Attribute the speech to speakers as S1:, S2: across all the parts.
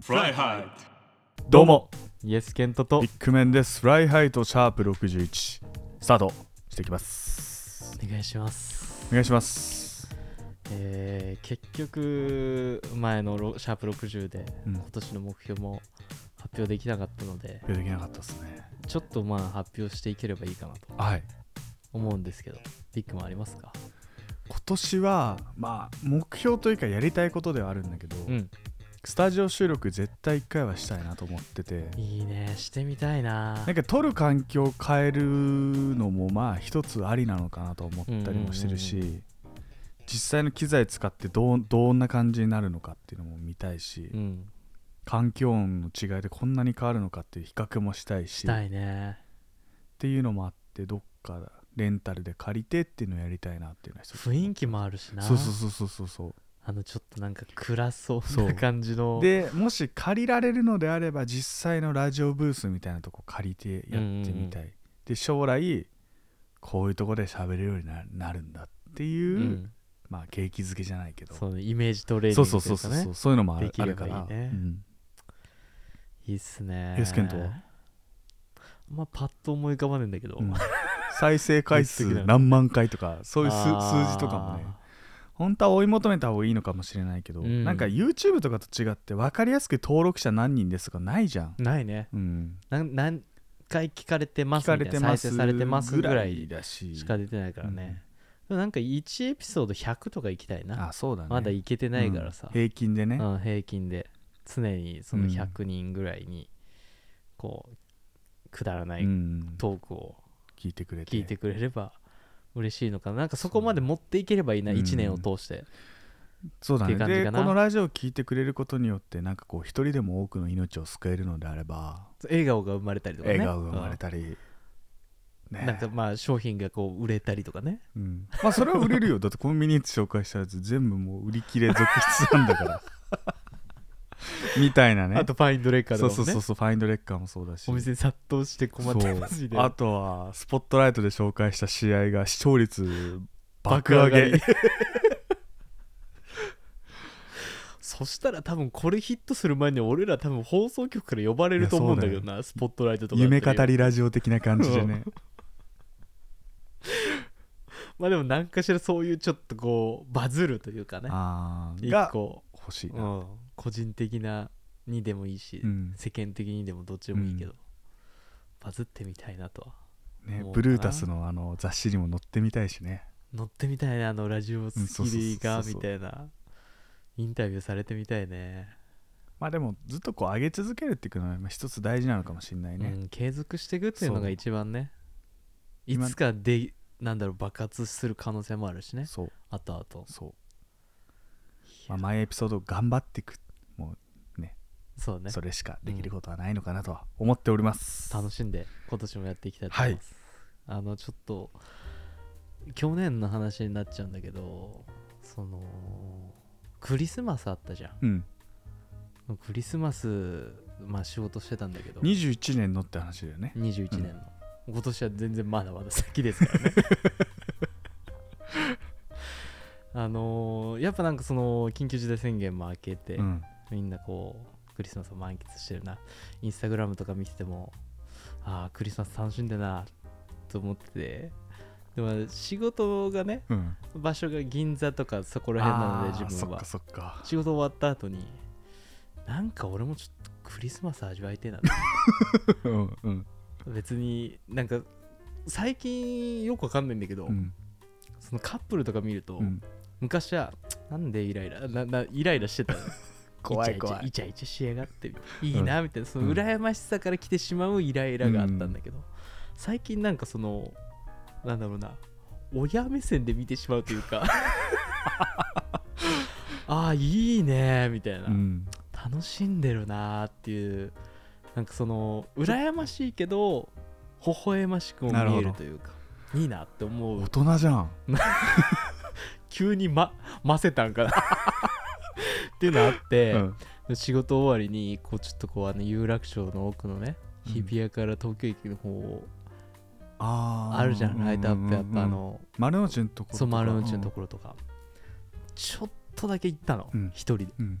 S1: フライハイ
S2: どうも
S3: イエスケントと
S2: ビッグメンですフライハイとシャープ61スタートしていきます
S3: お願いします
S2: お願いします
S3: えー、結局前のロシャープ60で
S2: うん
S3: 今年の目標も発表できなかったので
S2: いやできなかったですね
S3: ちょっとまあ発表していければいいかなと
S2: はい
S3: 思うんですけどビッグもありますか
S2: 今年はまあ目標というかやりたいことではあるんだけど、
S3: うん
S2: スタジオ収録絶対1回はしたいなと思ってて
S3: いいねしてみたいな
S2: なんか撮る環境を変えるのもまあ一つありなのかなと思ったりもしてるし、
S3: うん
S2: 実際の機材使ってどうどんな感じになるのかっていうのも見たいし、
S3: うん
S2: 環境音の違いでこんなに変わるのかっていう比較もしたいし
S3: したい
S2: っ
S3: ね
S2: ていうのもあってどっかレンタルで借りてっていうのをやりたいなっていうのは一つ
S3: 雰囲気もあるしな
S2: そうそうそうそうそうそう
S3: あのちょっとなんか暗そ
S2: そう
S3: な
S2: う
S3: 感じの
S2: でもし借りられるのであれば実際のラジオブースみたいなとこ借りてやってみたい、で将来こういうとこで喋れるようにななるんだっていうう、
S3: ん、
S2: まあ景気づけじゃないけど
S3: そうねイメージトレーニン
S2: そう
S3: グと
S2: そ
S3: いううか
S2: そ
S3: ね
S2: うそうそうそういうのもある
S3: できれば
S2: あるから
S3: いいね
S2: うん
S3: いいっすね
S2: イエスケントは
S3: あんまパッと思い浮かばねえんだけど、
S2: うん再生回数何万回とかそういう数数字とかもね本当は追い求めた方がいいのかもしれないけど、
S3: うん
S2: なんか YouTube とかと違って分かりやすく登録者何人ですとかないじゃん、
S3: あーないね
S2: うん、
S3: なん何回聞かれてま
S2: 聞
S3: す
S2: か
S3: みた
S2: れ
S3: い
S2: て
S3: な
S2: ま
S3: 再
S2: す
S3: 生されてますぐらい
S2: だし
S3: しか出てないからね、でもなんか1エピソード100とかいきたいな、
S2: あそうだね
S3: まだいけてないからさ
S2: うん、平均でね、
S3: うん平均で常にその
S2: うん
S3: 100人ぐらいにこうくだらな
S2: う
S3: い
S2: ん
S3: トークを
S2: 聞いてくれて
S3: 聞いてくれれば嬉しいのかななんかそこまで持っていければいいな
S2: そう
S3: 1年を通して、
S2: そうだ
S3: っ
S2: ね
S3: ていう感じ
S2: で
S3: か
S2: こ
S3: な
S2: のラジオを聞いてくれることによってなんかこう一人でも多くの命を救えるのであれば、
S3: 笑顔が生まれたりとかね
S2: 笑顔が生まれたり、
S3: うん
S2: ね
S3: なんかまあ商品がこう売れたりとかね
S2: うん、まあそれは売れる よだってコンビニエンス紹介したやつ全部もう売り切れ続出なんだから みたいなね
S3: あとファインドレッカー
S2: そ
S3: と
S2: うそう
S3: かもね
S2: そうそうファインドレッカーもそうだし
S3: お店に殺到して困ってますみ
S2: そ
S3: たいうな
S2: あとはスポットライトで紹介した試合が視聴率爆上げ
S3: 爆そしたら多分これヒットする前に俺ら多分放送局から呼ばれると思うんだけどな、スポットライトとかだった
S2: 夢
S3: ら
S2: 語りラジオ的な感じで ね
S3: まあでも何かしらそういうちょっとこうバズるというかね
S2: あー
S3: 一
S2: が
S3: 個、
S2: 欲しいうな、
S3: ん、個人的なにでもいいし、
S2: うん
S3: 世間的にでもどっちでもいいけど、
S2: う
S3: バズってみたいなとは
S2: ね
S3: 思うかな
S2: ブルータスのあの雑誌にも載ってみたいしね
S3: 乗ってみたいねあのラジオ好
S2: うんそう
S3: き
S2: そうそうそう
S3: でいいかみたいなインタビューされてみたいね
S2: まあでもずっとこう上げ続けるっていうのはまあ一つ大事なのかもしれないね、
S3: うん、継続していくっていうの
S2: そ
S3: が
S2: う
S3: 一番ねい
S2: 今
S3: つかでなんだろう爆発する可能性もあるしね
S2: そう
S3: あとあと
S2: そう、まあ、毎エピソード頑張っていく
S3: そうね
S2: それしかできることはないのかなとは思っております、
S3: 楽しんで今年もやっていきたいと思います、あのちょっと去年の話になっちゃうんだけどそのクリスマスあったじゃ
S2: うん
S3: んクリスマスまあ仕事してたんだけど
S2: 21年のって話だよね
S3: 21年の、今年は全然まだまだ先ですから ねあのーやっぱなんかその緊急事態宣言も明けて、
S2: うん
S3: みんなこうクリスマスを満喫してるなインスタグラムとか見ててもああクリスマス楽しんでなと思っててでも仕事がね
S2: うん
S3: 場所が銀座とかそこ
S2: こ
S3: ら辺なので自分は
S2: そっかそっか
S3: 仕事終わった後になんか俺もちょっとクリスマス味わいてえなと
S2: うんうん
S3: 別になんか最近よくわかんないんだけど、
S2: うん
S3: そのカップルとか見ると、
S2: うん
S3: 昔はなんでイライラななイライラしてたの
S2: 怖い怖い
S3: イチャイチャイチャしやがっていいなみたいなその羨ましさから来てしまうイライラがあったんだけど、最近なんかそのなんだろうな親目線で見てしまうとい うかああいいねみたいな、
S2: うん
S3: 楽しんでるなーっていうなんかその羨ましいけど微笑ましくも
S2: なる
S3: 見
S2: ほ
S3: え
S2: ど
S3: るというかいいなって思う
S2: 大人じゃん
S3: 急にまませたん かなっていうのあって、
S2: うん
S3: 仕事終わりにこうちょっとこうあの有楽町の奥のね
S2: うん
S3: 日比谷から東京駅の方
S2: あー
S3: あるじゃんライトアップやっ
S2: うんうん
S3: た
S2: うん
S3: あの
S2: 丸の内のところとか
S3: ソマルのうちのところとかちょっとだけ行ったの
S2: うん
S3: 一人で
S2: うん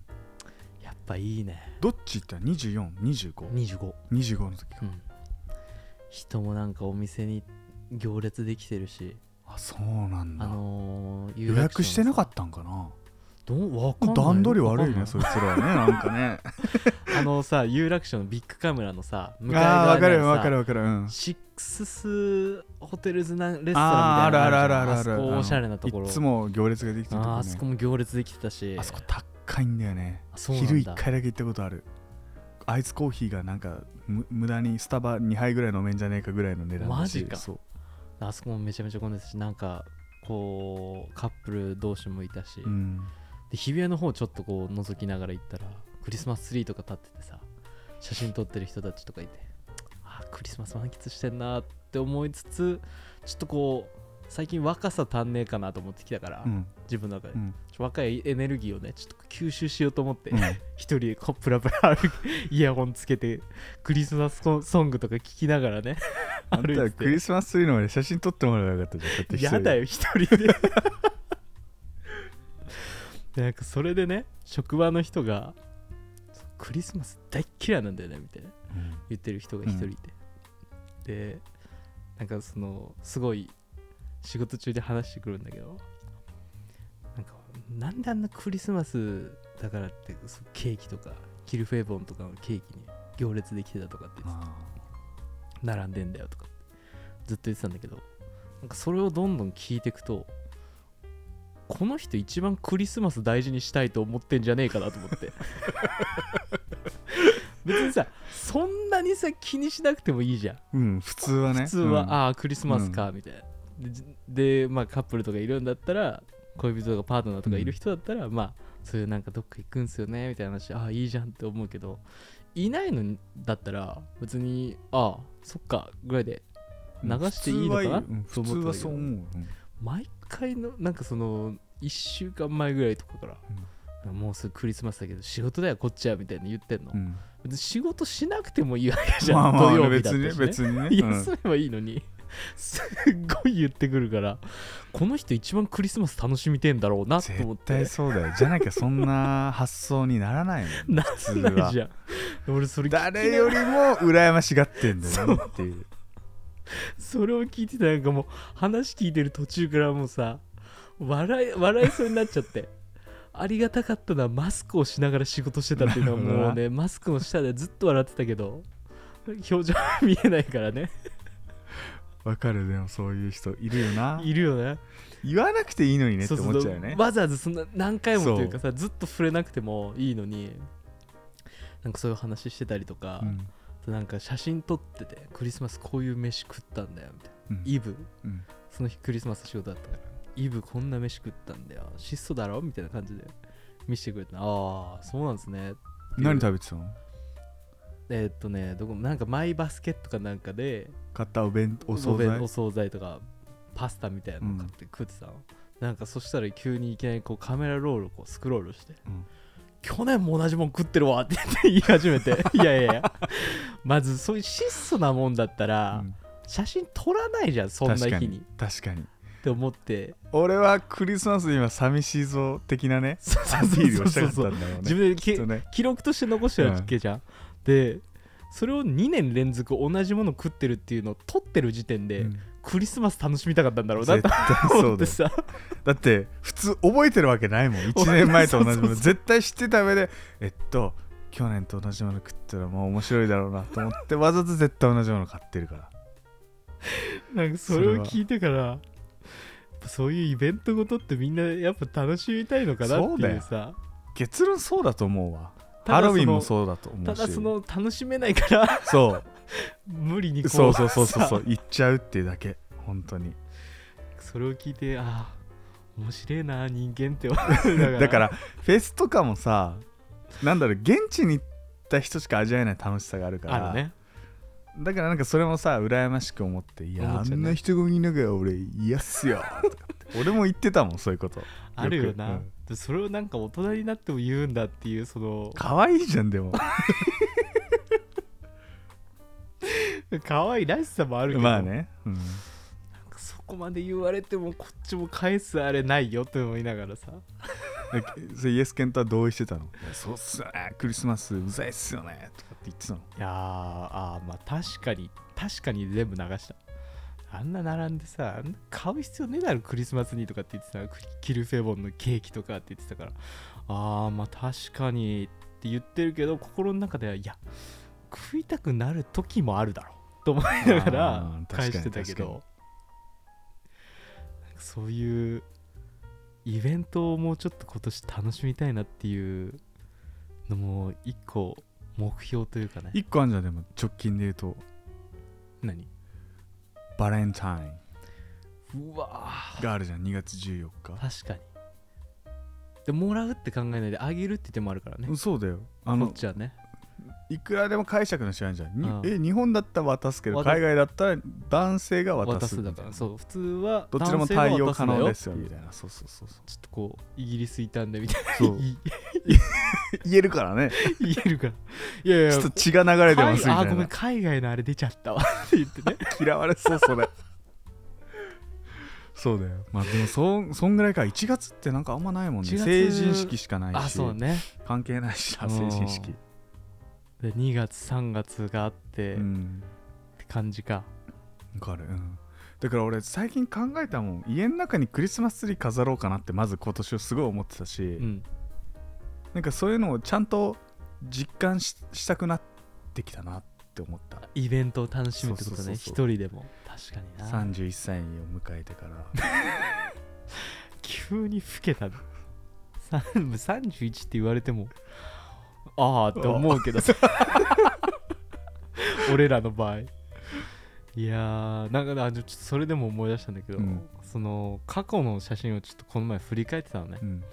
S3: やっぱいいね
S2: どっち行った ?242525
S3: 25
S2: の時か、
S3: うん人もなんかお店に行列できてるし
S2: あそうなんだ、
S3: あのー、
S2: 予約してなかったたんかな
S3: どうわかんない
S2: 段取り悪いね
S3: わか
S2: そ
S3: ん
S2: い
S3: な
S2: つらはねなんか ね
S3: あのさ有楽町のビッグカメラのさ向かい
S2: ああーわ
S3: 側
S2: か
S3: に
S2: る
S3: あ
S2: よわかる
S3: るさ
S2: わかるうん
S3: シックススホテルズなレストランみたいな
S2: あーあるあるあるある
S3: あそこおしゃれなところ
S2: いつも行列ができてるとこ、ね、
S3: あーあそこも行列できてたし
S2: あそこ高いんだよね
S3: あそうなんだ
S2: 昼1回だけ行ったことあるアイスコーヒーがなんかむ無駄にスタバ2杯ぐらい飲めんじゃねえかぐらいの値段だし
S3: マジか
S2: そ
S3: あそこもめちゃめちゃ混んでたしなんかこうカップル同士もいたし、
S2: う、うん、
S3: で日比谷の方ちょっとこう覗きながら行ったらクリスマスツリーとか立っててさ写真撮ってる人たちとかいてあークリスマス満喫してんなーって思いつつちょっとこう最近若さ足んねえかなと思ってきたから、
S2: うん
S3: 自分の中で、
S2: うん
S3: ちょ若いエネルギーをねちょっと吸収しようと思って、
S2: うん
S3: 一人でこうプラプラ歩きイヤホンつけてクリスマスソンソングとか聴きながらね
S2: あん
S3: 歩
S2: た
S3: い
S2: は
S3: て
S2: ク
S3: て
S2: リスマスツリーの前で写真撮ってもらえばよかったじゃんって一人
S3: や
S2: で
S3: だよ一人ででなんかそれでね職場の人が「クリスマス大っ嫌いなんだよね」みたいな
S2: うん
S3: 言ってる人が一人いて、でなんかそのすごい仕事中で話してくるんだけどなんかなんであんなクリスマスだからってそのケーキとかキルフェボンとかのケーキに行列できてたとかって言って
S2: あ
S3: 並んでんだよとかずっと言ってたんだけどなんかそれをどんどん聞いていくとこの人一番クリスマス大事にしたいと思ってんじゃねえかなと思って別にさそんなにさ気にしなくてもいいじゃん
S2: ーうん普通はね
S3: 普通は、
S2: うん
S3: ああクリスマスかみたいな、でじでまあカップルとかいるんだったら恋人とかパートナーとかいる人だったら、まあそういうなんかどっか行くんすよねみたいな話ああいいじゃんって思うけどいないのにだったら別にああそっかぐらいで流していいのかな
S2: 普通は,、うん、普通はそう思う、うん
S3: 毎回のなんかその1週間前ぐらいとかから、もうすぐクリスマスだけど仕事だよこっちはみたいに言ってんの、
S2: うん
S3: 別に仕事しなくてもいいわけじゃん、
S2: まあまあ
S3: 土曜日だ
S2: 別
S3: ったし、
S2: に
S3: ね
S2: ね、別にねうん
S3: 休めばいいのに、すっごい言ってくるからこの人一番クリスマス楽しみてんだろうなと思っ
S2: 絶
S3: て
S2: 対そうだよじゃなきゃそんな発想にならないもん
S3: な
S2: 通
S3: ん
S2: は
S3: ないじゃん俺それ聞きな
S2: 誰よりも羨ましがってんだよね
S3: そう
S2: っていう
S3: それを聞いてたなんかもう話聞いてる途中からもうさ笑い笑いそうになっちゃってありがたかったのはマスクをしながら仕事してたっていうのは
S2: なるほどな
S3: もう ねマスクの下でずっと笑ってたけど表情は見えないからね
S2: わかるでもそういう人いるよない
S3: るよね
S2: 言わなくていいのにねって
S3: そうそう
S2: 思っちゃうよね
S3: わざわざそんな何回もというかさずっと触れなくてもいいのになんかそういう話してたりとか、
S2: うん
S3: なんか写真撮っててクリスマスこういう飯食ったんだよみたいな、
S2: うん
S3: イブ
S2: うん
S3: その日クリスマス仕事だったからイブこんな飯食ったんだよ質素だろみたいな感じで見せてくれてああそうなんですね
S2: 何食べてたの
S3: えーっとねどこもなんかマイバスケットかなんかで
S2: 買ったお弁お惣
S3: 弁
S2: 菜
S3: お惣菜とかパスタみたいなの買って食ってたの、なんかそしたら急にいきなりこうカメラロールをこうスクロールして、
S2: うん
S3: 去年も同じもん食ってるわって言い始 めていやいやいやまずそういう質素なもんだったら、
S2: うん
S3: 写真撮らないじゃんそんな
S2: 確か
S3: 日に
S2: に確かに
S3: って思って
S2: 俺はクリスマス今寂しいぞ的なね
S3: そう
S2: ア
S3: そ
S2: ピ
S3: うそう
S2: ールをした
S3: そ
S2: か
S3: う
S2: った
S3: そ
S2: だ
S3: うん
S2: ろう
S3: 自
S2: ね
S3: 分でき
S2: きっとね
S3: 記録として残してるわけじゃん、でそれを2年連続同じもの食ってるっていうのを撮ってる時点で、
S2: うん
S3: クリスマス楽しみたかったんだろうな
S2: 絶
S3: と
S2: 対そ
S3: 思
S2: う
S3: っ
S2: だ
S3: て
S2: よ
S3: さ
S2: だって普通覚えてるわけないもん1年前と同じも
S3: そ
S2: の
S3: うそうそう
S2: 絶対知ってた上でえっと去年と同じもの食ったらもう面白いだろうなと思ってわざと絶対同じもの買ってるから
S3: なんかそれを聞いてからやっぱそういうイベントごとってみんなやっぱ楽しみたいのかなっていうさ
S2: 結論そうだと思うわ
S3: た
S2: ハ
S3: だ
S2: ロウ
S3: その
S2: ィンもそうだと思
S3: た
S2: うした
S3: だその楽しめないから
S2: そ
S3: 無理に
S2: う
S3: こう
S2: そうそうそうそうそう
S3: さ
S2: 行っちゃうっていうだけ本当に
S3: それを聞いてああ面白いな人間って思いながら
S2: だからフェスとかもさなんだろう現地に行った人しか味わえない楽しさがあるから
S3: あるね
S2: だからなんかそれもさ羨ましく思って「いや
S3: 思
S2: あ
S3: っちゃうんね
S2: な人混みの中俺嫌っす よ」とかって俺も言ってたもんそういうこと
S3: あるよな
S2: よくうん
S3: でそれをなんか大人になっても言うんだっていうその
S2: 可愛いじゃんでも
S3: 可愛いらしさもあるけど、
S2: まあね、うん
S3: なんかそこまで言われてもこっちも返すあれないよって思いながらさ
S2: それイエスケンとは同意してたのいやそうっすよねクリスマスうざいっすよねとかって言ってたの
S3: いやーあーまあ確かに確かに全部流したあんな並んでさあんな買う必要ねえだろクリスマスにとかって言ってたクリキルフェボンのケーキとかって言ってたからあーまあ確かにって言ってるけど心の中ではいや食いたくなる時もあるだろと思いながら
S2: あー確か
S3: 返
S2: に
S3: してたけどなんかそういうイベントをもうちょっと今年楽しみたいなっていうのも一個目標というかね
S2: 一個あんじゃんでも直近で言うと
S3: 何
S2: バレンタイン
S3: うわ
S2: があるじゃん2月14
S3: ー確かにでもらうって考えないであげるって手もあるからね
S2: 日そうだよあ
S3: こ
S2: の
S3: っちはね
S2: いくらでも解釈の違いじゃんに
S3: うん
S2: え日本だったら渡すけど
S3: 渡す
S2: 海外だったら男性が渡
S3: 渡
S2: す
S3: す
S2: みた
S3: だ
S2: い
S3: か
S2: な
S3: らそう普通は
S2: どっちでも対応可能ですよ
S3: 男性は渡すんだ
S2: み
S3: って
S2: たいなそうそうそうそう
S3: いうちょっとこうイギリスいたんでみたいな
S2: そう
S3: い
S2: 言えるからね
S3: 言えるからいやいや
S2: ちょっと血が流れてますみ
S3: 海
S2: た
S3: あ
S2: い
S3: ごめん
S2: な
S3: 海外のあれ出ちゃったわって言っ てね
S2: 嫌われそうそれ そうだよまあでもそんそんぐらいか1月ってなんかあんまないもん
S3: 1
S2: ね
S3: 月
S2: 成人式しかないし
S3: あそうね
S2: 関係ないしな
S3: うん
S2: 成人式
S3: で2月3月があって、
S2: う
S3: っ
S2: ん
S3: て感じか
S2: わかるうんだから俺最近考えたもん家の中にクリスマスツリー飾ろうかなってまず今年はすごい思ってたし、
S3: うん
S2: なんかそういうのをちゃんと実感ししたくなってきたなって思った
S3: イベントを楽しむってこと
S2: そうそうそうそう
S3: ね一人でも確かにな
S2: 31歳を迎えてから
S3: 急に老けたのさ31って言われてもああって思う けどさ俺らの場合いやーなんかあちょっとそれでも思い出したんだけど、
S2: うん
S3: その過去の写真をちょっとこの前振り返ってたのね
S2: うん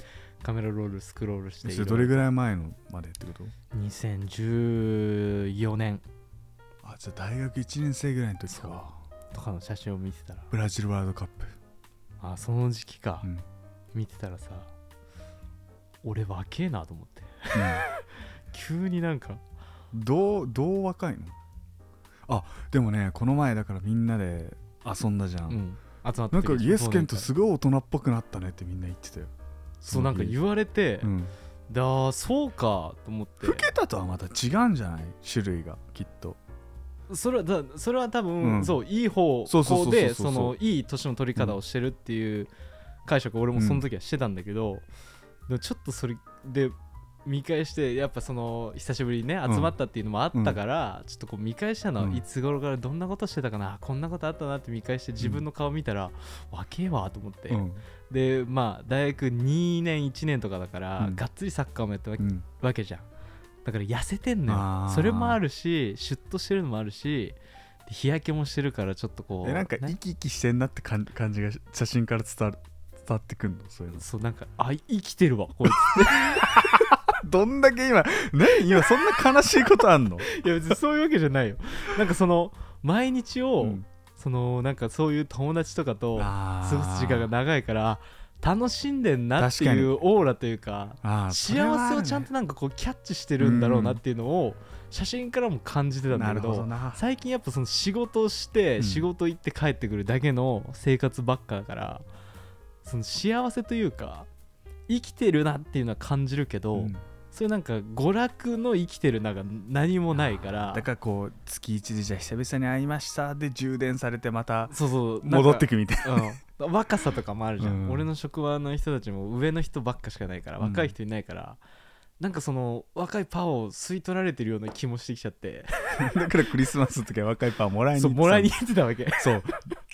S3: カメラロールスクロールして
S2: それどれ
S3: い
S2: ぐらい前のまでってこと
S3: ろいろ2014年
S2: あじゃあ大学1年生ぐらいの時か
S3: とかの写真を見てたら
S2: ブラジルワールドカッ プ
S3: あその時期か、
S2: うん
S3: 見てたらさ俺若えなと思って急になんか
S2: うんどうどう若いのあでもねこの前だからみんなで遊んだじゃん、
S3: うん、集まって
S2: なんかイエスケンとすごい大人っぽくなったねってみんな言ってたよ
S3: そうなんか
S2: わ
S3: 言われて、
S2: れうん、
S3: だそうかと思って
S2: 老けたとはまた違うんじゃない種類がきっと
S3: それはだそれは多分、
S2: うん
S3: そういい方
S2: そうそうそうそう
S3: 向で
S2: そう
S3: そのいい年の取り方をしてるっていう解釈を俺もその時はしてたんだけど、でもちょっとそれで見返してやっぱその久しぶりにね
S2: ん
S3: 集まったっていうのもあったから、ちょっとこう見返したの、
S2: うん
S3: いつ頃からどんなことしてたかなこんなことあったなって見返して自分の顔見たら、若えわと思って、
S2: うん
S3: でまあ大学2年1年とかだから、
S2: うん
S3: がっつりサッカーもやってわけ
S2: うん
S3: わけじゃんだから痩せてんの
S2: あ
S3: よ
S2: ー
S3: それもあるしシュッとしてるのもあるしで日焼けもしてるからちょっとこう
S2: えなんか生
S3: ね
S2: き生きしてんなって感感じがし写真から伝わる伝わってくんのそういうの
S3: そうなんかあ生きてるわこい
S2: どんだけ今何今そんな悲しいことあんの
S3: ついや別にそういうわけじゃないよなんかその毎日を、
S2: うん
S3: そのなんかそういう友達とかと過
S2: あー
S3: ごす時間が長いから楽しんでんなっ
S2: 確
S3: て
S2: か
S3: い
S2: に
S3: うオーラというか
S2: あーそ
S3: 幸
S2: れはある
S3: せ
S2: ね
S3: をちゃんとなんかこうキャッチしてるんだろうなっていうのを写真からも感じてたんだ
S2: な
S3: け
S2: るほ
S3: ど
S2: どな
S3: 最近やっぱその仕事をして
S2: うん
S3: 仕事行って帰ってくるだけの生活ばっかだから、その幸せというか生きてるなっていうのは感じるけど、
S2: うん
S3: そういうなんか娯楽の生きてるなんか何もないから
S2: だからこう月一でじゃあ久々に会いましたで充電されてまた
S3: そうそう
S2: 戻って
S3: く
S2: くみたい
S3: うん、 若さとかもあるじゃん、
S2: うん
S3: 俺の職場の人たちも上の人ばっかしかないから
S2: うん
S3: 若い人いないから、なんかその若いパワーを吸い取られてるような気もしてきちゃって
S2: なだからクリスマスの時は若いパンもらいに
S3: そう
S2: 行ってた
S3: もらいに
S2: っ
S3: 行ってたわけそう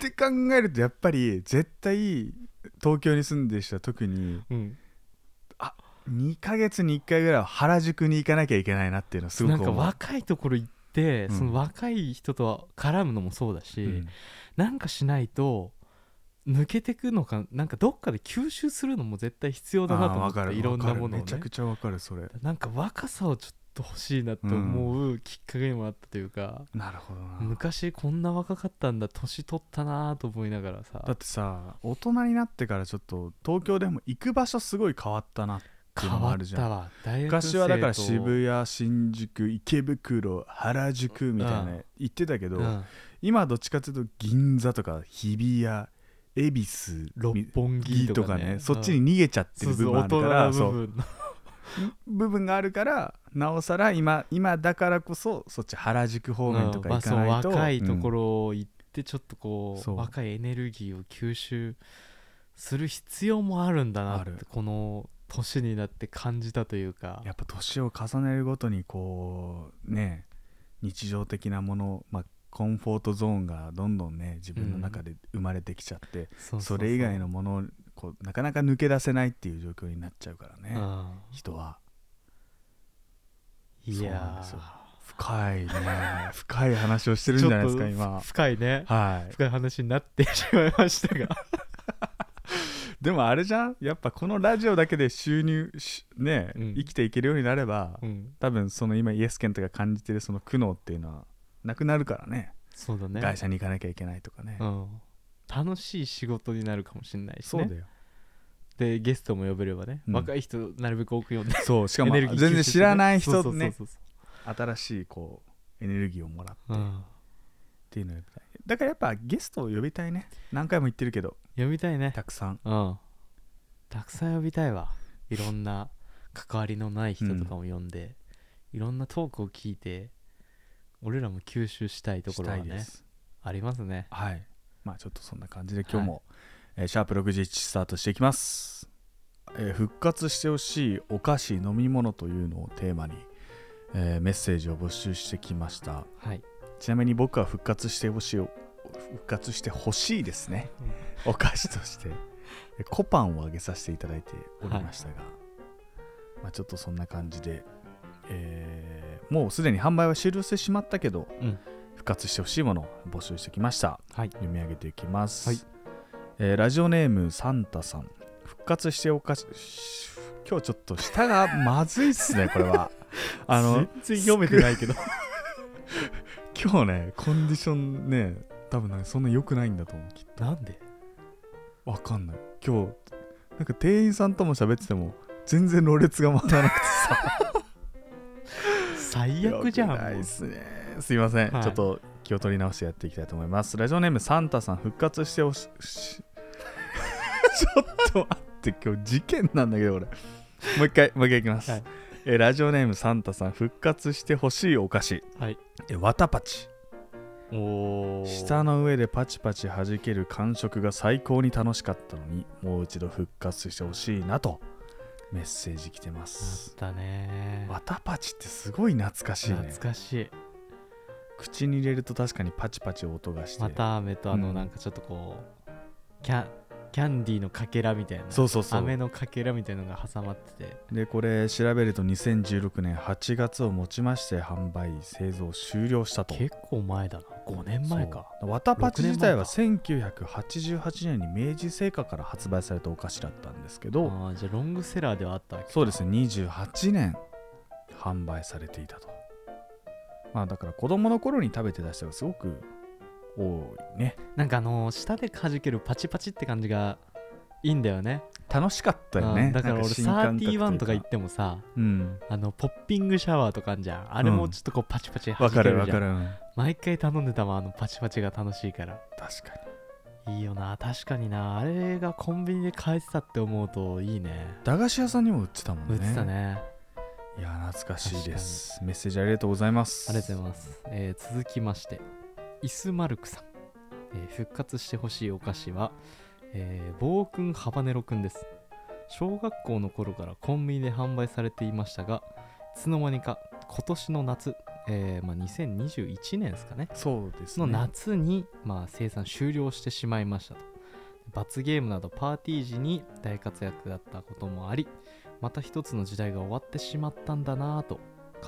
S2: て考えるとやっぱり絶対東京に住んでした時に
S3: うん
S2: 2ヶ月に1回ぐらいは原宿に行かなきゃいけないなっていうのをすご
S3: な
S2: く
S3: ん
S2: 思
S3: か
S2: う
S3: 若いところ行って、
S2: うん
S3: その若い人と絡むのもそうだし、
S2: うん
S3: なんかしないと抜けてくのかなんかどっかで吸収するのも絶対必要だなと思
S2: あーわか
S3: って
S2: る
S3: いろんなものを、
S2: わかるめちゃ
S3: ね
S2: く、ちゃわかるそれ
S3: なんか若さをちょっと欲しいなって思うきっかけにもあったというか、
S2: なるほどな
S3: 昔こんな若かったんだ年取ったなと思いながらさ
S2: だってさ大人になってからちょっと東京でも行く場所すごい変わったなていうの
S3: 変
S2: も
S3: わ
S2: ある
S3: っ
S2: じゃん
S3: たわ大学生
S2: 昔
S3: と
S2: はだから渋谷新宿池袋原宿みたいな
S3: う
S2: 行ってたけど、
S3: うん
S2: 今どっちかっていうと銀座とか日比谷恵比寿
S3: 六
S2: み
S3: 本木と
S2: と
S3: か
S2: か
S3: ね
S2: ねそっち
S3: うん
S2: に逃げちゃって
S3: そ
S2: る
S3: う
S2: 部
S3: そう
S2: 分ある
S3: 大
S2: か
S3: 人
S2: ら
S3: の
S2: そう
S3: 部分の
S2: 部分があるからなおさら今今だからこそそっち原宿方面とか行か
S3: うんま
S2: な
S3: あ
S2: い
S3: そ
S2: と、
S3: う若いとこ
S2: ろ、
S3: ろ行ってちょっとこう,、
S2: そう
S3: 若いエネルギーを吸収する必要もあるんだなっ
S2: あ
S3: て
S2: る
S3: この年になって感じたというか
S2: やっぱ年を重ねるごとにこうね日常的なもの、まあ、コンフォートゾーンがどんどんね自分の中で生まれてきちゃって、
S3: そうそうそ
S2: そうれ以外のものをこうなかなか抜け出せないっていう状況になっちゃうからね、
S3: うん
S2: 人はいそうなん
S3: や
S2: ですよ深 いね深い話をして
S3: ー
S2: るんじゃないですか
S3: ちょっと
S2: 今
S3: 深いね
S2: はい
S3: 深い話になってしまいましたが
S2: でもあれじゃんやっぱこのラジオだけで収入しね、
S3: うん
S2: 生きていけるようになれば、
S3: うん
S2: 多分その今イエスケントが感じてるその苦悩っていうのはなくなるからね
S3: そうだね
S2: 会社に行かなきゃいけないとかね、
S3: うん楽しい仕事になるかもしれないし
S2: そう
S3: ね
S2: だよ、
S3: でゲストも呼べればね、
S2: うん
S3: 若い人なるべく多く呼んで
S2: そうしか
S3: エ
S2: も
S3: ネルギー
S2: 全
S3: 吸収し
S2: 然知
S3: てね
S2: らない人
S3: そう
S2: と
S3: そうそう
S2: ね
S3: そうそう
S2: 新しいこうエネルギーをもらって、
S3: う
S2: っ
S3: ん
S2: ていうのをやりたいだからやっぱゲストを呼びたいね何回も言ってるけど
S3: 呼びたいね
S2: たくさん
S3: うんたくさん呼びたいわいろんな関わりのない人とかも呼んで、いろんなトークを聞いて俺らも吸収したいとこ
S2: し
S3: ろ
S2: た
S3: はい
S2: で
S3: ね
S2: す、
S3: ありますね
S2: はい。まあちょっとそんな感じで今日も、えーシャープ61スタートしていきます、えー復活してほしいお菓子、飲み物というのをテーマに、えーメッセージを募集してきました。
S3: はい
S2: ちなみに僕は復活してほしいお、復活してほしいですね。お菓子として。えコパンをあげさせていただいておりましたが、まあちょっとそんな感じで、えーもうすでに販売は終了してしまったけど、
S3: うん
S2: 復活してほしいものを募集してきました。
S3: はい
S2: 読み上げていきます、
S3: はい
S2: えーラジオネームサンタさん復活しておかし今日ちょっと舌がまずいっすねこれ はあの
S3: 全然読めてないけど
S2: 今日ねコンディションね多分ねそんな良くないんだと思うきっ
S3: なんで
S2: とわかんない今日なんか店員さんとも喋ってても全然ろれつが回らなくてさ
S3: 最悪じゃん
S2: 良くないっすねすいません、
S3: はい
S2: ちょっと気を取り直してやっていきたいと思いますラジオネームサンタさん復活してほしちょっと待って今日事件なんだけど俺もう一回もう一回いきます、
S3: はい
S2: えーラジオネームサンタさん復活してほしいお菓子、
S3: はい
S2: えーわたパチ
S3: おお
S2: 舌の上でパチパチ弾ける感触が最高に楽しかったのにもう一度復活してほしいなとメッセージ来てます
S3: だね
S2: わたパチってすごい懐かしいね
S3: 懐かしい
S2: 口に入れると確かにパチパチ音がして
S3: また飴とあ
S2: う
S3: の
S2: ん
S3: なんかちょっとこう、キャキャンディーのかけらみたいな
S2: そうそうそう
S3: 飴のかけらみたいなのが挟まってて
S2: でこれ調べると2016年8月をもちまして販売製造終了したと
S3: 結構前だな5年前か
S2: そうわたパチ自体は
S3: 6
S2: 1988年に明治製菓から発売されたお菓子だったんですけ
S3: あ
S2: ど
S3: ーじゃあロングセラーではあったわけ
S2: そうですね28年販売されていたとまあだから子供の頃に食べてた人がすごく多いね
S3: なんかあのー舌で弾けるパチパチって感じがいいんだよね
S2: 楽しかったよね、
S3: うんだから俺
S2: なん新感覚いう
S3: 31とか言ってもさ
S2: うん
S3: あのポッピングシャワーとかあんじゃんあれもちょっとこうパチパチ弾
S2: わ
S3: け
S2: か
S3: るじゃん、
S2: るわかるうん
S3: 毎回頼んでたもんあのパチパチが楽しいから
S2: 確かに
S3: いいよな確かになあれがコンビニで買えてたって思うといいね
S2: 駄菓子屋さんにも売ってたもんね
S3: 売ってたね
S2: いや懐かしいですメッセージありがとうございます
S3: ありがとうございます、えー続きましてイスマルクさん、えー復活してほしいお菓子は、えー、暴君ハバネロ君です小学校の頃からコンビニで販売されていましたがいつの間にか今年の夏、えーまあ、2021年ですかね
S2: そうです
S3: の
S2: ね
S3: 夏に、まあ、生産終了してしまいましたと罰ゲームなどパーティー時に大活躍だったこともありまた一つの時代が終わってしまったんだなぁと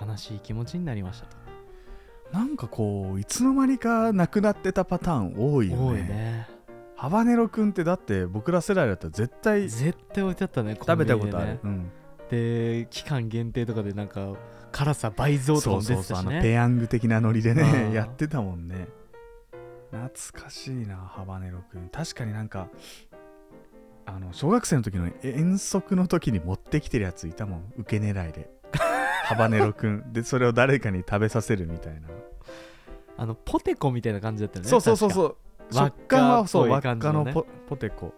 S3: 悲しい気持ちになりましたと
S2: なんかこういつの間にかなくなってたパターン多いよね
S3: 多いね
S2: ハバネロくんってだって僕ら世代だったら絶対食
S3: 絶対置いてあったね
S2: べたことある、
S3: コ
S2: う
S3: ン
S2: ん、
S3: ビニでねで期間限定とかでなんか辛さ倍増とか
S2: そ
S3: も
S2: う
S3: 出
S2: そう
S3: て
S2: そう
S3: た
S2: あ
S3: し
S2: の
S3: ね
S2: ペヤング的なノリで
S3: あ
S2: ね
S3: ー
S2: やってたもんね懐かしいなハバネロくん確かになんかあの小学生の時の遠足の時に持ってきてるやついたもん受け狙い でハバネロくんでそれを誰かに食べさせるみたいな
S3: あのポテコみたいな感じだったよね
S2: そうそうそう
S3: う
S2: そう食感は
S3: 輪っかっぽ
S2: そう
S3: い
S2: 輪っ
S3: 感じ
S2: か
S3: の
S2: の
S3: ね
S2: ポポテコ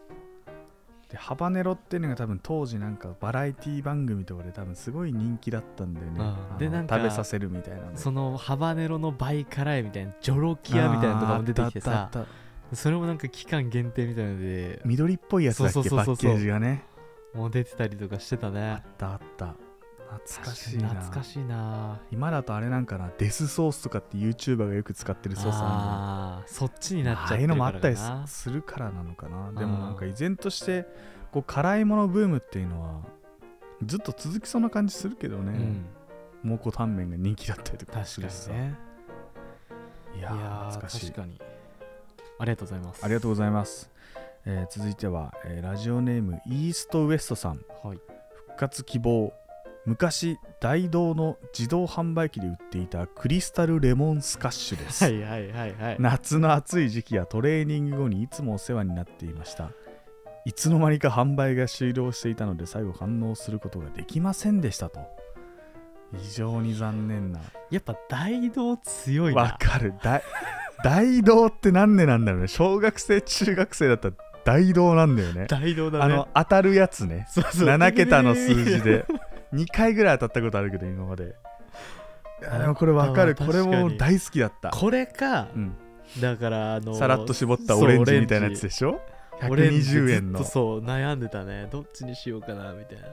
S2: でハバネロっていうのが多分当時なんかバラエティ番組とかで多分すごい人気だったんだよね
S3: ああ
S2: あ
S3: で
S2: の
S3: なんか
S2: 食べさせるみたいなの
S3: そのハバネロの倍辛いみたいなジョロキアみたいなのとかも出てきて
S2: あああ
S3: さ
S2: ったあったあっ
S3: それもなんか期間限定みたいので
S2: た緑っぽいやつだっけ
S3: そうそうそうそうそう
S2: パッケージがね
S3: もう出てたりとかしてたね
S2: あったあった懐かしいな
S3: 懐かしいな
S2: 今だとあれなんかなデスソースとかって YouTuber がよく使ってるソースあ
S3: あーそっちに
S2: る
S3: なっ
S2: じゃん
S3: ちゃ
S2: あ
S3: っ
S2: あ
S3: て
S2: いう
S3: るか
S2: の
S3: ら
S2: もあ
S3: かな
S2: ったりすするからなのかなでもなん
S3: あ
S2: か
S3: ー
S2: 依然としてこう辛いものブームっていうのはずっと続きそうな感じするけど
S3: う
S2: ね、
S3: ん
S2: 蒙古タンメンが人気だったりとか
S3: 確
S2: す
S3: か
S2: るしさ
S3: にね
S2: い
S3: い
S2: や
S3: や
S2: ー
S3: ー
S2: 懐かしい
S3: 確かにありがとうございます
S2: ありがとうございます、えー続いては、えーラジオネームイーストウエストさん
S3: はい
S2: 復活希望昔大道の自動販売機で売っていたクリスタルレモンスカッシュです、
S3: はいはいはいはい
S2: 夏の暑い時期やトレーニング後にいつもお世話になっていましたいつの間にか販売が終了していたので最後反応することができませんでしたと非常に残念な
S3: やっぱ大道強い
S2: わ
S3: な
S2: かる大大道って何でなんだろうね小学生中学生だったら大道なんだよね
S3: 大道だ
S2: あ
S3: ね
S2: の当たるやつね
S3: そうそう
S2: 7桁の数字で2回ぐらい当たったことあるけど今までいやでもこれわかる
S3: あった
S2: こ
S3: わ
S2: れも
S3: 確か
S2: 大好きだった、
S3: これか
S2: うん、
S3: だからあの
S2: さらっと絞った
S3: そう
S2: オレンジみたいなやつでしょ
S3: オレンジ
S2: 120円の
S3: ずっとそう悩んでたねどっちにしようかなみたいな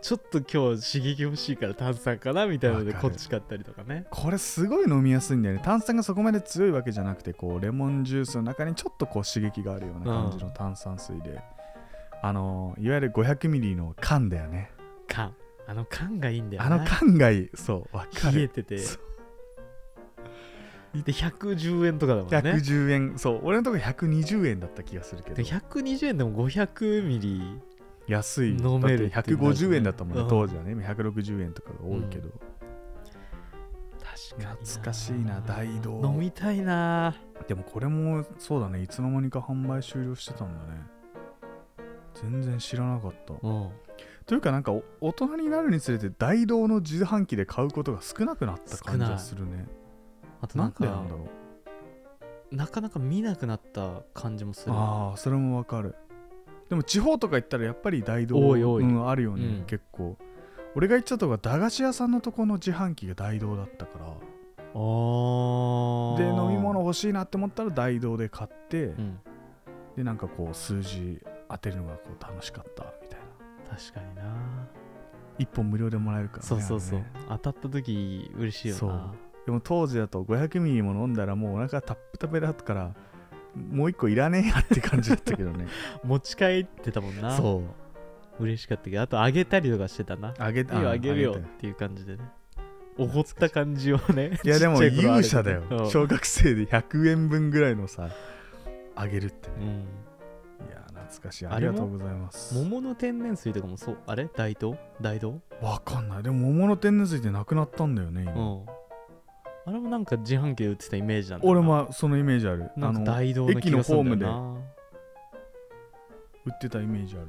S3: ちょっと今日刺激欲しいから炭酸かなみたいなので
S2: わか
S3: こ
S2: る
S3: っち買ったりとかね
S2: これすごい飲みやすいんだよね炭酸がそこまで強いわけじゃなくてこうレモンジュースの中にちょっとこう刺激があるような感じの炭酸水で、あのいわゆる500ミリの缶だよね
S3: 缶あの缶がいいんだよ
S2: あ
S3: な
S2: の缶がいいそうわか
S3: 冷え
S2: る
S3: ててで
S2: そ
S3: 110円とかだもんね
S2: 110円そう俺のとこ120円だった気がするけ
S3: で
S2: ど
S3: 120円でも500ミリ
S2: 安い
S3: 飲める
S2: だっ
S3: って
S2: て
S3: いうのはね
S2: 150円だったもんね、
S3: うん
S2: 当時はね今160円とかが多いけど、
S3: 確かに
S2: 懐かしいな大道
S3: 飲みたいな
S2: でもこれもそうだねいつの間にか販売終了してたんだね全然知らなかった
S3: うん
S2: というかなんかお大人になるにつれて大道の自販機で買うことが少なくなった感じがするね
S3: あと
S2: な
S3: なんん
S2: で
S3: か
S2: なんだろう
S3: なかなか見なくなった感じもする
S2: ああそれもわかるでも地方とか行ったらやっぱり大道
S3: 多い多い
S2: うん、あるよね、
S3: うん
S2: 結構俺が行っちゃったとこは駄菓子屋さんのとこの自販機が大道だったから
S3: あー
S2: で飲み物欲しいなって思ったら大道で買って、
S3: うん
S2: でなんかこう数字当てるのがこう楽しかったみたいな
S3: 確かにな
S2: 1本無料でもらえるから、ね、
S3: そうそうそう、
S2: あれね
S3: 当たった時嬉しいよな
S2: そうでも当時だと500ミリも飲んだらもうお腹タップタペだったからもう1個いらねえやって感じだったけ どね
S3: 持ち帰ってたもんな
S2: そう
S3: 嬉しかったけどあとあげたりとかしてたな
S2: うあげ
S3: いいよあげるよ
S2: あ
S3: っていう感じでねおごった感じをね
S2: いやでも
S3: ちっちゃい頃あ
S2: 勇者
S3: る
S2: だよ
S3: うん
S2: 小学生で100円分ぐらいのさあげるってね
S3: うん
S2: いや懐かしい
S3: あれも
S2: ありがとうございます
S3: 桃の天然水とかもそうあれ大道大道
S2: わかんないでも桃の天然水ってなくなったんだよね
S3: う
S2: 今、
S3: んあれもなんか自販機で売ってたイメージなんだよ
S2: 俺
S3: な
S2: もそのイメージある
S3: な
S2: あ
S3: ん
S2: の
S3: か大道な気がするんだよ
S2: 駅の
S3: な
S2: 売ってたイメージある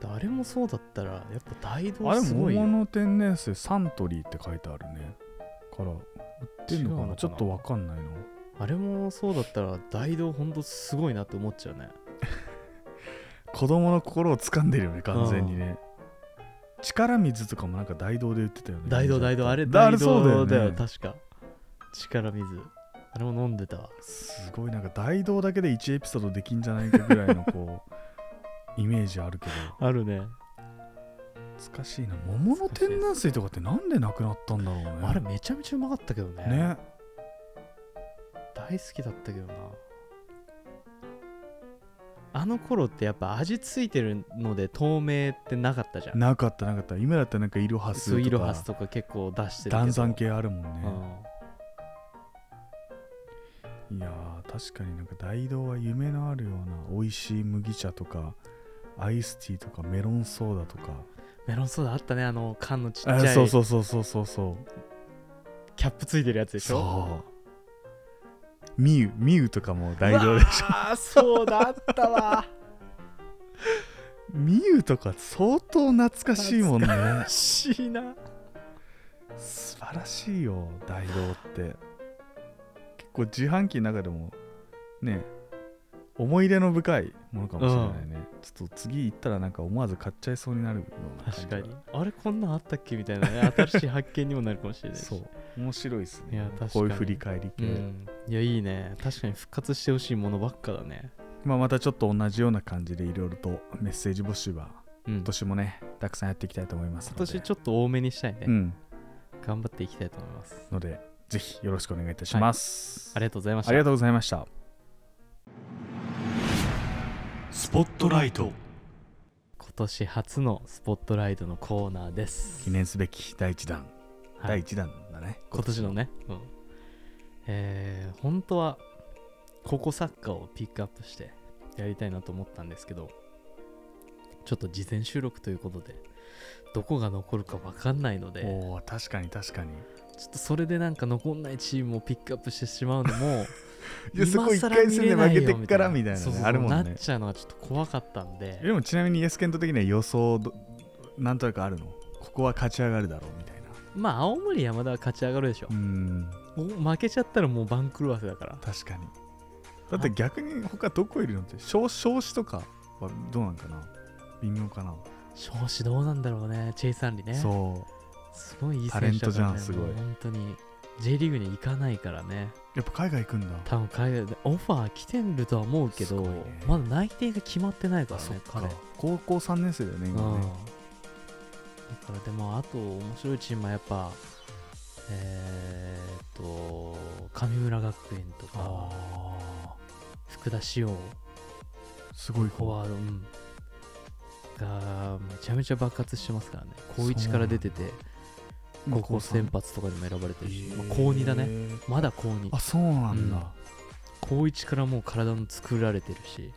S3: 誰もそうだったらやっぱ大
S2: あれ
S3: 道すごい
S2: 桃
S3: よ
S2: の天然水サントリーって書いてあるねから売ってんのかな
S3: 違うのかな
S2: ちょっとわかんないな
S3: あれもそうだったら大道ほんとすごいなって思っちゃうね
S2: 子供の心を掴んでるよね完全にね力水とかもなんか大道で売ってたよね
S3: 大道大道あれ
S2: だあ
S3: 大
S2: れそうだよ
S3: 道
S2: ね
S3: だよ確か力水あれも飲んでたわ
S2: すごいなんか大道だけで1エピソードできんじゃないかぐらいのこう イメージあるけど
S3: あるね
S2: 懐かしいな桃の天然水とかってなんでなくなったんだろうね
S3: あれめちゃめちゃうまかったけどね
S2: ね
S3: 大好きだったけどなあの頃ってやっぱ味ついてるので透明ってなかったじゃん
S2: なかったなかった今だったらなんかイロハス
S3: そう
S2: と
S3: イロ
S2: か
S3: ハスとか結構出してるけど
S2: 断山系あるもん
S3: う
S2: ね、
S3: ん
S2: いやー確かになんか大道は夢のあるような美味しい麦茶とかアイスティーとかメロンソーダとか
S3: メロンソーダあったねあの缶のちっち
S2: あ
S3: ゃい
S2: そうそうそうそうそうそう
S3: キャップついてるやつでしょ
S2: そうミウミウとかも大道でしょ
S3: ああそうだっ たわ
S2: ミウとか相当懐かしいもんね
S3: しいな
S2: 素晴らしいよ大道って結構自販機の中でもね思い出の深いものかもしれないね、ちょっと次行ったらなんか思わず買っちゃいそうになるような感じ
S3: 確
S2: が
S3: かにあれこんなんあったっけみたいな ね新しい発見にもなるかもしれないし
S2: そう面白いです
S3: いや
S2: ね
S3: 確かに
S2: こういう振り返り系、
S3: うん、いやいいね確かに復活してほしいものばっかだね
S2: まあ、またちょっと同じような感じでいろいろとメッセージ募集は
S3: うん
S2: 今年もねたくさんやっていきたいと思います
S3: 今
S2: ので
S3: 年ちょっと多めにしたいね、
S2: うん
S3: 頑張っていきたいと思います
S2: のでぜひよろしくお願いいたします、
S3: ありがとうございました
S2: ありがとうございました
S1: スポットライト
S3: 今年初のスポットライトのコーナーです
S2: 記念すべき第1弾、
S3: はい
S2: 第1弾だね
S3: 今年のね、うん、えー、本当は高校サッカーをピックアップしてやりたいなと思ったんですけどちょっと事前収録ということでどこが残るか分かんないので
S2: おおー確かに確かに
S3: ちょっとそれでなんか残んないチームをピックアップしてしまうのも
S2: いやそこ
S3: 今更
S2: 一回
S3: 見
S2: 戦
S3: れ
S2: で
S3: な
S2: 負
S3: いよ
S2: けてっからみたいなね
S3: そうそうそう
S2: あるもんね
S3: なっちゃうのがちょっと怖かったんで
S2: でもちなみにイエスケント的には予想どなんとなくあるのここは勝ち上がるだろうみたいな
S3: まあ青森山田は勝ち上がるでしょ
S2: う、ん
S3: お負けちゃったらもう番狂わせだから
S2: 確かにだって逆に他どこいるのって少少子とかはどうなんかな微妙かな、
S3: 少子どうなんだろうねチェイサンリね
S2: そう
S3: すごいいい選手だか
S2: タ
S3: らね
S2: レントじゃんすごい
S3: もう本当に J リーグに行かないからね
S2: やっぱ海外行くんだ
S3: 多分海外でオファー来てるとは思うけ
S2: す
S3: ど、
S2: ごいね
S3: まだ内定が決まってないからね彼
S2: 高校3年生だよね今
S3: うん
S2: ね
S3: だからでもあと面白いチームはやっぱえー、っと神村学園とか
S2: あ
S3: 福田師王
S2: ーすごい
S3: フォワード、うん、がめちゃめちゃ爆発してますからね高1から出てて高校先発とかにも選ばれてるし、まあ高2だね
S2: ね
S3: まだ高2
S2: あそうなんだ、
S3: 高1からもう体の作られてるし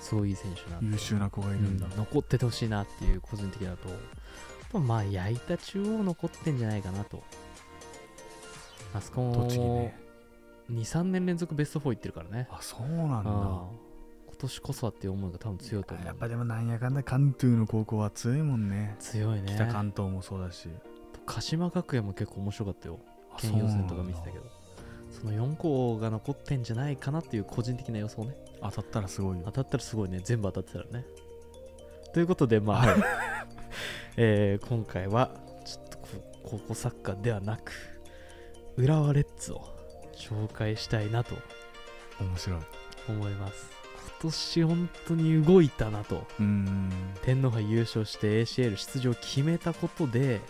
S3: そういう選手なんで
S2: 優秀な子がいる
S3: うんん
S2: だ、
S3: 残っててほしいなっていう個人的なとやっぱまあ焼いた中央残ってんじゃないかなとあそこも
S2: 栃木ね
S3: 23年連続ベスト4行ってるからね
S2: あそうなんだ
S3: ああ今年こそはっていう思いが多分強いと思う
S2: やっぱでもなんやかんだ関東の高校は強いもんね
S3: 強いね
S2: 北関東もそうだし
S3: 鹿島学園も結構面白かったよ
S2: あ
S3: 県予選とか見てたけどその4校が残ってんじゃないかなっていう個人的な予想
S2: そ
S3: ね
S2: うなんだ当たったらすごい
S3: 当
S2: よ
S3: たったらすごいね全部当たってたらねということでまあ、
S2: はい
S3: えー今回はちょっとこ高校サッカーではなく浦和レッズを紹介したいなと
S2: 面白い
S3: 思います今年本当に動いたなと
S2: うーん
S3: 天皇杯優勝して ACL 出場を決めたことで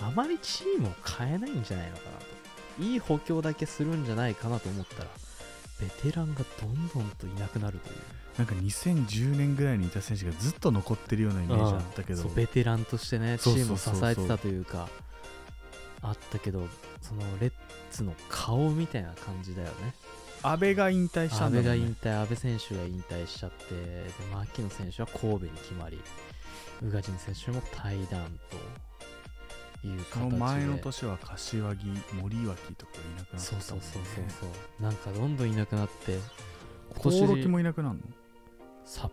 S3: あまりチームを変えないんじゃないのかなといい補強だけするんじゃないかなと思ったらベテランがどんどんといなくなるという
S2: なんか2010年ぐらいにいた選手がずっと残ってるようなイメージあったけど
S3: そうベテランとしてねチ
S2: そうそう
S3: ームを支
S2: そうそう
S3: えてたというかあったけどそのレッツの顔みたいな感じだよね
S2: 安倍が引退した
S3: 阿
S2: んだ
S3: 部
S2: も
S3: が
S2: んね
S3: 引退阿部選手が引退しちゃってで牧野選手は神戸に決まり宇賀神選手も退団という形で
S2: その前の年は柏木森脇とかいなくなった
S3: そ
S2: もんね
S3: うそうそうそうそうなんかどんどんいなくなって
S2: 興
S3: 今
S2: 梠
S3: 年
S2: もいなくなるの
S3: 札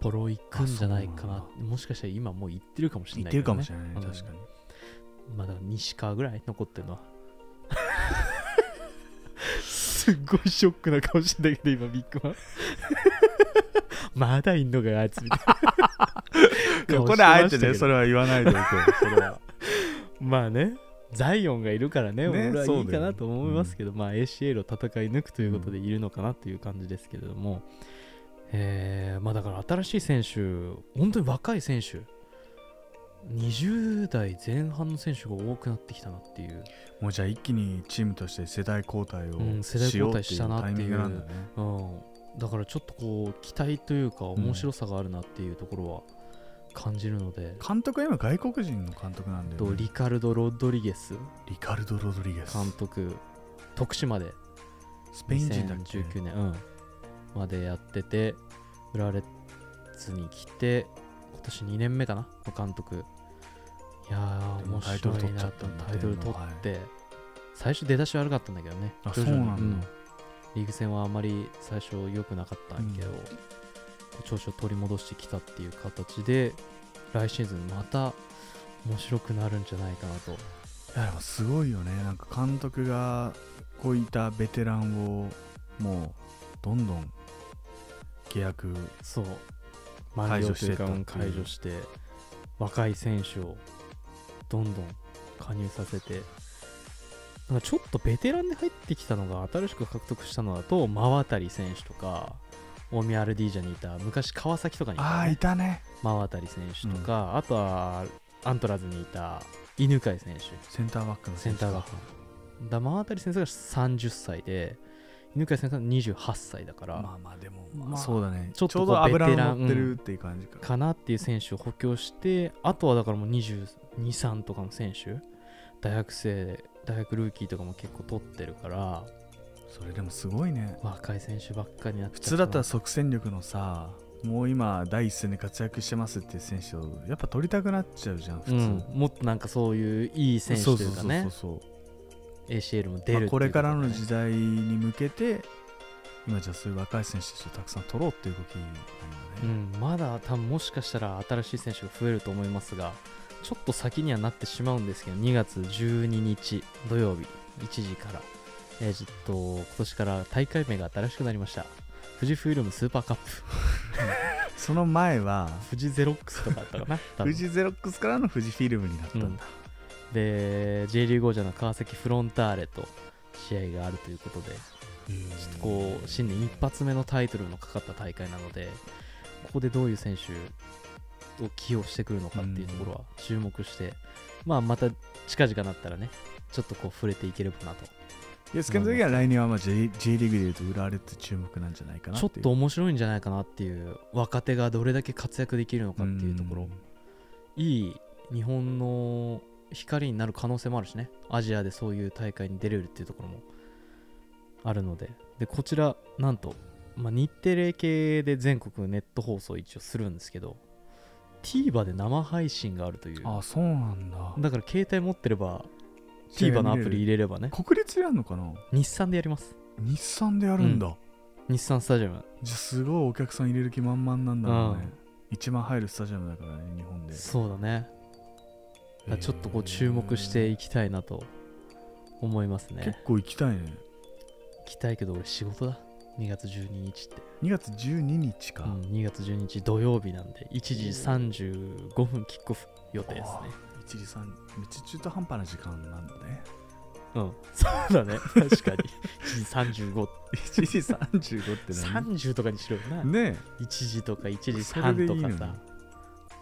S3: 幌行くんじゃないか
S2: あ
S3: な
S2: そう
S3: もしかしたら今もう行ってるかもし
S2: 言
S3: れ
S2: っ
S3: ない
S2: て
S3: け
S2: るか
S3: ど、
S2: も
S3: ね
S2: し、れないね
S3: うん
S2: 確かに
S3: まだ西川ぐらい残ってるのはすっごいショックな顔してたけど今ビッグマンまだいんのかよあいつみたいな
S2: ここであえてねそ
S3: れ
S2: れは言わないでおこ うそれは
S3: まあねザイオンがいるからね
S2: ね
S3: 俺は
S2: そ
S3: いうい
S2: だ
S3: か
S2: よね
S3: なと思いますけど、まあ ACL を戦い抜くということでいるのかなという感じですけれども、えーまあだから新しい選手本当に若い選手20代前半の選手が多くなってきたなっていう
S2: もうじゃあ一気にチームとして世代交代
S3: うん
S2: を
S3: 世代
S2: しよう
S3: 交
S2: っ
S3: 代
S2: ていう
S3: したなっ
S2: タ
S3: てい
S2: イ
S3: う
S2: ミングなんだね
S3: うん、だからちょっとこう期待というか面白さがあるなっていうところは感じるので、
S2: 監督は今外国人の監督なんだよ
S3: と
S2: ね、
S3: リカルド・ロドリゲス
S2: リカルド・ロドリゲス
S3: 監督徳島で
S2: スペイン人だっけ
S3: 2019年、うんまでやってて浦和レッズに来て今年2年目かなの監督いやー
S2: でも
S3: 面
S2: タイトル
S3: 白
S2: 取
S3: い
S2: っちゃ
S3: な
S2: った
S3: と
S2: んだ
S3: タイトル取って、最初出だし悪かったんだけどね
S2: あ
S3: 徐々に
S2: そうなんだ
S3: リーグ戦はあまり最初良くなかったけど、
S2: うん
S3: こう調子を取り戻してきたっていう形で来シーズンまた面白くなるんじゃないかなと
S2: いやでもすごいよねなんか監督がこういったベテランをもうどんどん契約
S3: そう満了と
S2: 解
S3: いうか
S2: 除してったっていう
S3: うん解除して若い選手をどんどん加入させてなんかちょっとベテランで入ってきたのが新しく獲得したのだと馬渡選手とか大宮アルディージャにいた昔川崎とかにいた、ね、
S2: たね
S3: 馬渡選手とか、あとはアントラーズにいた犬飼選手
S2: センターバックの
S3: センターバックのだ馬渡先生が30歳で犬飼先生が28歳だから、
S2: まあまあでも、
S3: まあ
S2: そうだね
S3: ちょっと
S2: ちょう
S3: こ
S2: ど
S3: う
S2: 油
S3: ベテラ
S2: が
S3: ン
S2: 乗ってるっていう感じか、
S3: かなっていう選手を補強してあとはだからもう223とかの選手大学生大学ルーキーとかも結構取ってるから
S2: それでもすごいね
S3: 若い選手ばっかりになっちゃ
S2: 普通だったら即戦力のさもう今第一線で活躍してますっていう選手をやっぱ取りたくなっちゃうじゃん普
S3: う
S2: 通、
S3: ん、もっとなんかそういういい選手というかね
S2: そうそうそうそう
S3: ACL も出るっていう
S2: まあ、これからの時
S3: 代
S2: 代に向けて今じゃあそういう若い選手たちをたくさん取ろうっていう動きなんだ
S3: う
S2: ね、
S3: ん、まだ多分もしかしたら新しい選手が増えると思いますがちょっと先にはなってしまうんですけど2月12日土曜日1時から、えーちょっと今年から大会名が新しくなりました富士フイルムスーパーカップ
S2: その前は
S3: 富士ゼロックスとかだったか な多分
S2: 富士ゼロックスからの富士フィルムになったんだ、
S3: うんで J リーグ王者の川崎フロンターレと試合があるということでちょっとこう新年一発目のタイトルのかかった大会なのでここでどういう選手を起用してくるのかっていうところは注目して、まあ、また近々なったらねちょっとこう触れていければなと
S2: ユースケの時は来年はまあ J, J リーグでいうと浦和レッズ注目なんじゃないかな
S3: ちょって
S2: いう
S3: と面白いんじゃないかなっていう若手がどれだけ活躍できるのかっていうところ、
S2: ん
S3: いい日本の光になる可能性もあるしねアジアでそういう大会に出れるっていうところもあるのででこちらなんと、まあ、日テレ系で全国ネット放送一応するんですけど TVer で生配信があるという
S2: あそうなんだ
S3: だから携帯持ってれば TVer のアプリ入れればね
S2: 国立でやるのかな
S3: 日産でやります
S2: 日産でやるんだ、
S3: 日産スタジアム
S2: じゃあすごいお客さん入れる気満々なんだろうね
S3: う
S2: 一番入るスタジアムだからね日本で
S3: そうだねだからちょっとこう注目してい
S2: き、
S3: きたいなと思います
S2: えー
S3: ね
S2: 結構行きたいね
S3: 行きたいけど俺仕事だ2月12日って
S2: 2月12日か、
S3: うん、2月12日土曜日なんで1時35分キックオフ予定ですね
S2: 1時3めっちゃ中途半端な時間なんだ ね
S3: うん そうだね確かに1時35
S2: 1時35って何
S3: 30とかにしろよな
S2: ね
S3: 1時とか1時
S2: それで
S3: 3
S2: いい
S3: と
S2: の
S3: か
S2: に
S3: さ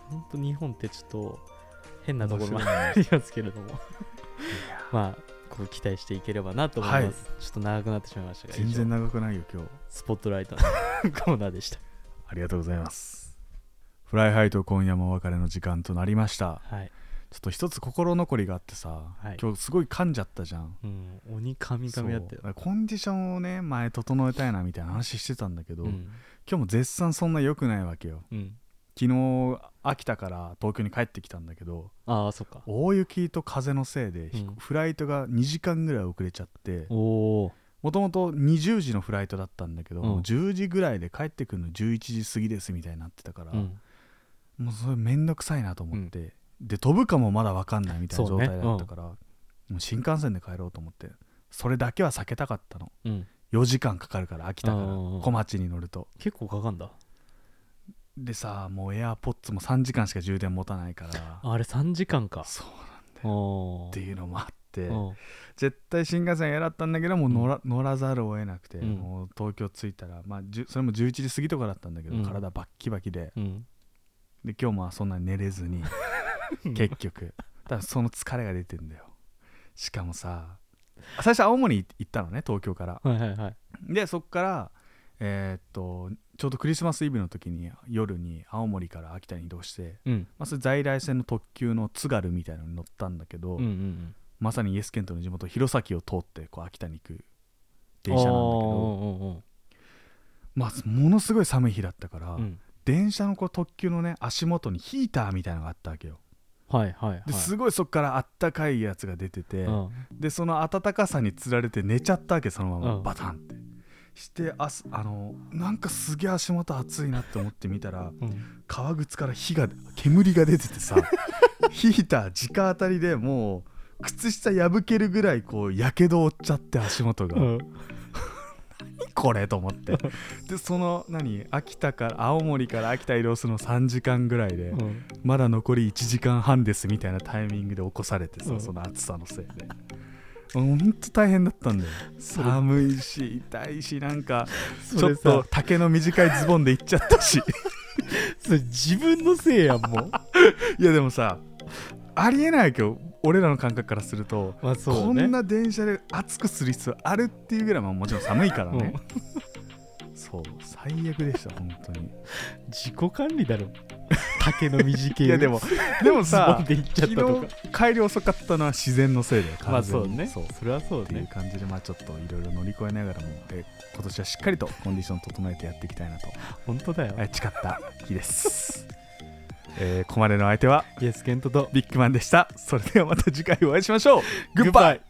S3: ほんと日本ってちょっと変
S2: え
S3: なところもあ
S2: 面白いね
S3: りますけれどもまあこう期待していければなと思います、ちょっと長くなってしまいましたが
S2: 全然
S3: 以上
S2: 長くないよ今日
S3: スポットライト のコーナーでした
S2: ありがとうございますフライハイと今夜もお別れの時間となりました
S3: はい、
S2: ちょっと一つ心残りがあってさ、
S3: はい
S2: 今日すごい噛んじゃったじゃん
S3: うん、鬼かみかみやって
S2: そうだからコンディションをね前整えたいなみたいな話してたんだけど、
S3: うん
S2: 今日も絶賛そんな良くないわけよ
S3: うん、
S2: 昨日秋田から東京に帰ってきたんだけど
S3: ああそっか
S2: 大雪と風のせいで、飛行
S3: うん
S2: フライトが2時間ぐらい遅れちゃって
S3: おお
S2: もともと20時のフライトだったんだけど、
S3: うん
S2: もう10時ぐらいで帰ってくるの11時過ぎですみたいになってたから、
S3: うん
S2: もうそれ面倒くさいなと思って、で飛ぶかもまだ分かんないみたいな
S3: そ
S2: 状
S3: うね
S2: 態だったから、もう新幹線で帰ろうと思ってそれだけは避けたかったの
S3: うん、
S2: 4時間かかるから秋田から
S3: うんうんうん
S2: 小町に乗ると
S3: 結構かかんだ
S2: でさもうエアポッツも3時間しか充電持たないから
S3: あれ3時間か
S2: そう
S3: お
S2: っていうのもあって
S3: お
S2: 絶対新幹線嫌だったんだけどもう乗ら,、乗らざるを得なくて、
S3: うん
S2: もう東京着いたら、まあ、じゅそれも11時過ぎとかだったんだけど、
S3: うん
S2: 体バッキバキで
S3: うん
S2: で今日もそんなに寝れずに結局ただその疲れが出てんだよしかもさ最初青森行ったのね東京から
S3: はいはいはい
S2: でそっからえーっとちょうどクリスマスイブの時に夜に青森から秋田に移動して、
S3: うん
S2: まあ、それ在来線の特急の津軽みたいなのに乗ったんだけど、
S3: うんうん
S2: まさにイエスケントの地元弘前を通ってこう秋田に行く
S3: うん
S2: 電車なんだけど、
S3: お
S2: まあ、ものすごい寒い日だったから、
S3: ーおーおーうん
S2: 電車のこう特急のね足元にヒーターみたいなのがあったわけよ
S3: はいはいはい
S2: ですごいそこからあったかいやつが出てて、
S3: うん
S2: でその暖かさにつられて寝ちゃったわけそのまま
S3: うん
S2: バタンって、してあすあのなんかすげえ足元暑いなって思ってみたら
S3: うん
S2: 革靴から火が煙が出てて さヒーター直当たりでもう靴下破けるぐらいこうやけどを負っちゃって足元が、
S3: うん
S2: これと思ってでその何秋田から青森から秋田移動するの3時間ぐらいで、
S3: うん
S2: まだ残り1時間半ですみたいなタイミングで起こされてさ、
S3: うん
S2: その暑さのせいで。もうほんと大変だったんだよ
S3: それ
S2: 寒いし痛いしなんかち
S3: そ
S2: ょ
S3: れ
S2: っ
S3: さ
S2: と丈の短いズボンで行っちゃったし
S3: それ自分のせいやんもう
S2: いやでもさありえないけど俺らの感覚からすると、
S3: まあそ
S2: こ
S3: うね
S2: んな電車で暑くする必要あるっていうぐらい、まあ、もちろん寒いからね、そう最悪でした本当に
S3: 自己管 理だろ竹の短い
S2: いやでもでも
S3: さ
S2: さ
S3: で行っちゃ
S2: 昨
S3: ったとか
S2: 日帰り遅かったのは自然のせいだよ
S3: まあ
S2: 完全
S3: そ
S2: に
S3: うね
S2: そ
S3: そうれはそう
S2: っていう
S3: ね
S2: 感じでまあちょっといろいろ乗り越えながらもえ今年はしっかりとコンディション整えてやっていきたいなと
S3: 本当だよ、
S2: え誓った日です えーここまでのお相手は
S3: イエスケントと
S2: ビッグマンでしたそれではまた次回お会いしましょうグッバイ